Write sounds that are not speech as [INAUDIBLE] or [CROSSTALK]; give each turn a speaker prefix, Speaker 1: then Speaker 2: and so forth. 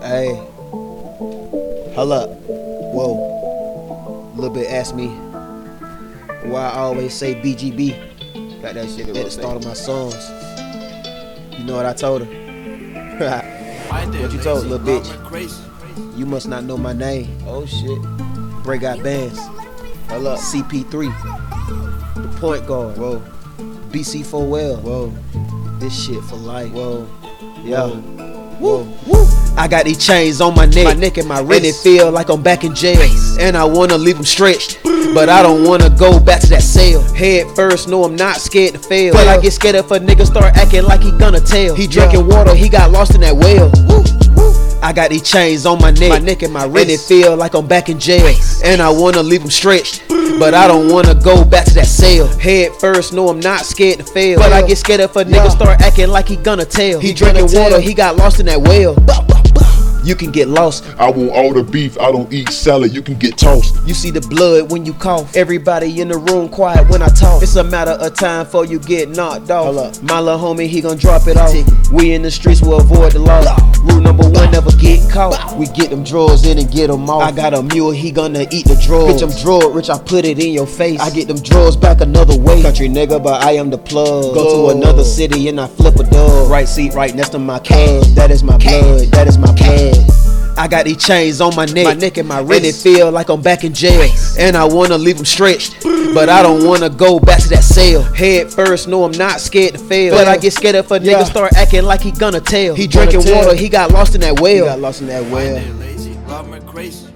Speaker 1: Hey. Hold up. Whoa. Little bit asked me why I always say BGB
Speaker 2: Got that shit
Speaker 1: at the start of my songs. You know what I told her? [LAUGHS]
Speaker 3: What
Speaker 1: you told, little bitch?
Speaker 3: Crazy.
Speaker 1: you must not know my name.
Speaker 2: Oh shit.
Speaker 1: Break out bands.
Speaker 2: Hold up.
Speaker 1: CP3. The point guard.
Speaker 2: Whoa,
Speaker 1: BC4L.
Speaker 2: whoa,
Speaker 1: This shit for life.
Speaker 2: whoa.
Speaker 1: Yeah.
Speaker 2: Whoa.
Speaker 1: Woo, woo. I got these chains on my neck,
Speaker 2: My neck and my wrist.
Speaker 1: and it feel like I'm back in jail. And I wanna leave them stretched, but I don't wanna go back to that cell. Head first, no, I'm not scared to fail. But I get scared if a nigga start acting like he gonna tell. He drinking water, he got lost in that well. I got these chains on my neck,
Speaker 2: My neck and my wrist.
Speaker 1: and it feel like I'm back in jail. And I wanna leave them stretched, but I don't wanna go back to that cell. Head first, no, I'm not scared to fail. But I get scared if a nigga
Speaker 2: Yeah.
Speaker 1: start acting like he gonna tell. He,
Speaker 2: He gonna
Speaker 1: drinking water,
Speaker 2: tell.
Speaker 1: he got lost in that well. Bah, bah, bah. You can get lost.
Speaker 4: I want all the beef. I don't eat salad. You can get tossed.
Speaker 1: You see the blood when you cough. Everybody in the room quiet when I talk. It's a matter of time before you get knocked off.
Speaker 2: Hold up.
Speaker 1: My little homie, he gon' drop it off.
Speaker 2: Tick.
Speaker 1: We in the streets, we'll avoid the law. Rule number one, never get caught. We get them drugs in and get them off. I got a mule, he gonna eat the drugs. Bitch, I'm drug rich, I put it in your face. I get them drugs back another way. Country nigga, but I am the plug. Go to another city and I flip a dub. Right seat, right next to my cuz. That is my blood, that is my blood. I got these chains on my neck,
Speaker 2: My neck and my wrist.
Speaker 1: and it feel like I'm back in jail. And I wanna leave them stretched, but I don't wanna go back to that cell. Head first, no, I'm not scared to fail. But I get scared if a
Speaker 2: Yeah.
Speaker 1: nigga start acting like he gonna tell. He
Speaker 2: Gonna
Speaker 1: drinking
Speaker 2: tell.
Speaker 1: water, he got lost in that
Speaker 2: You
Speaker 1: well.
Speaker 2: got lost in that well.
Speaker 3: Lazy, love me crazy.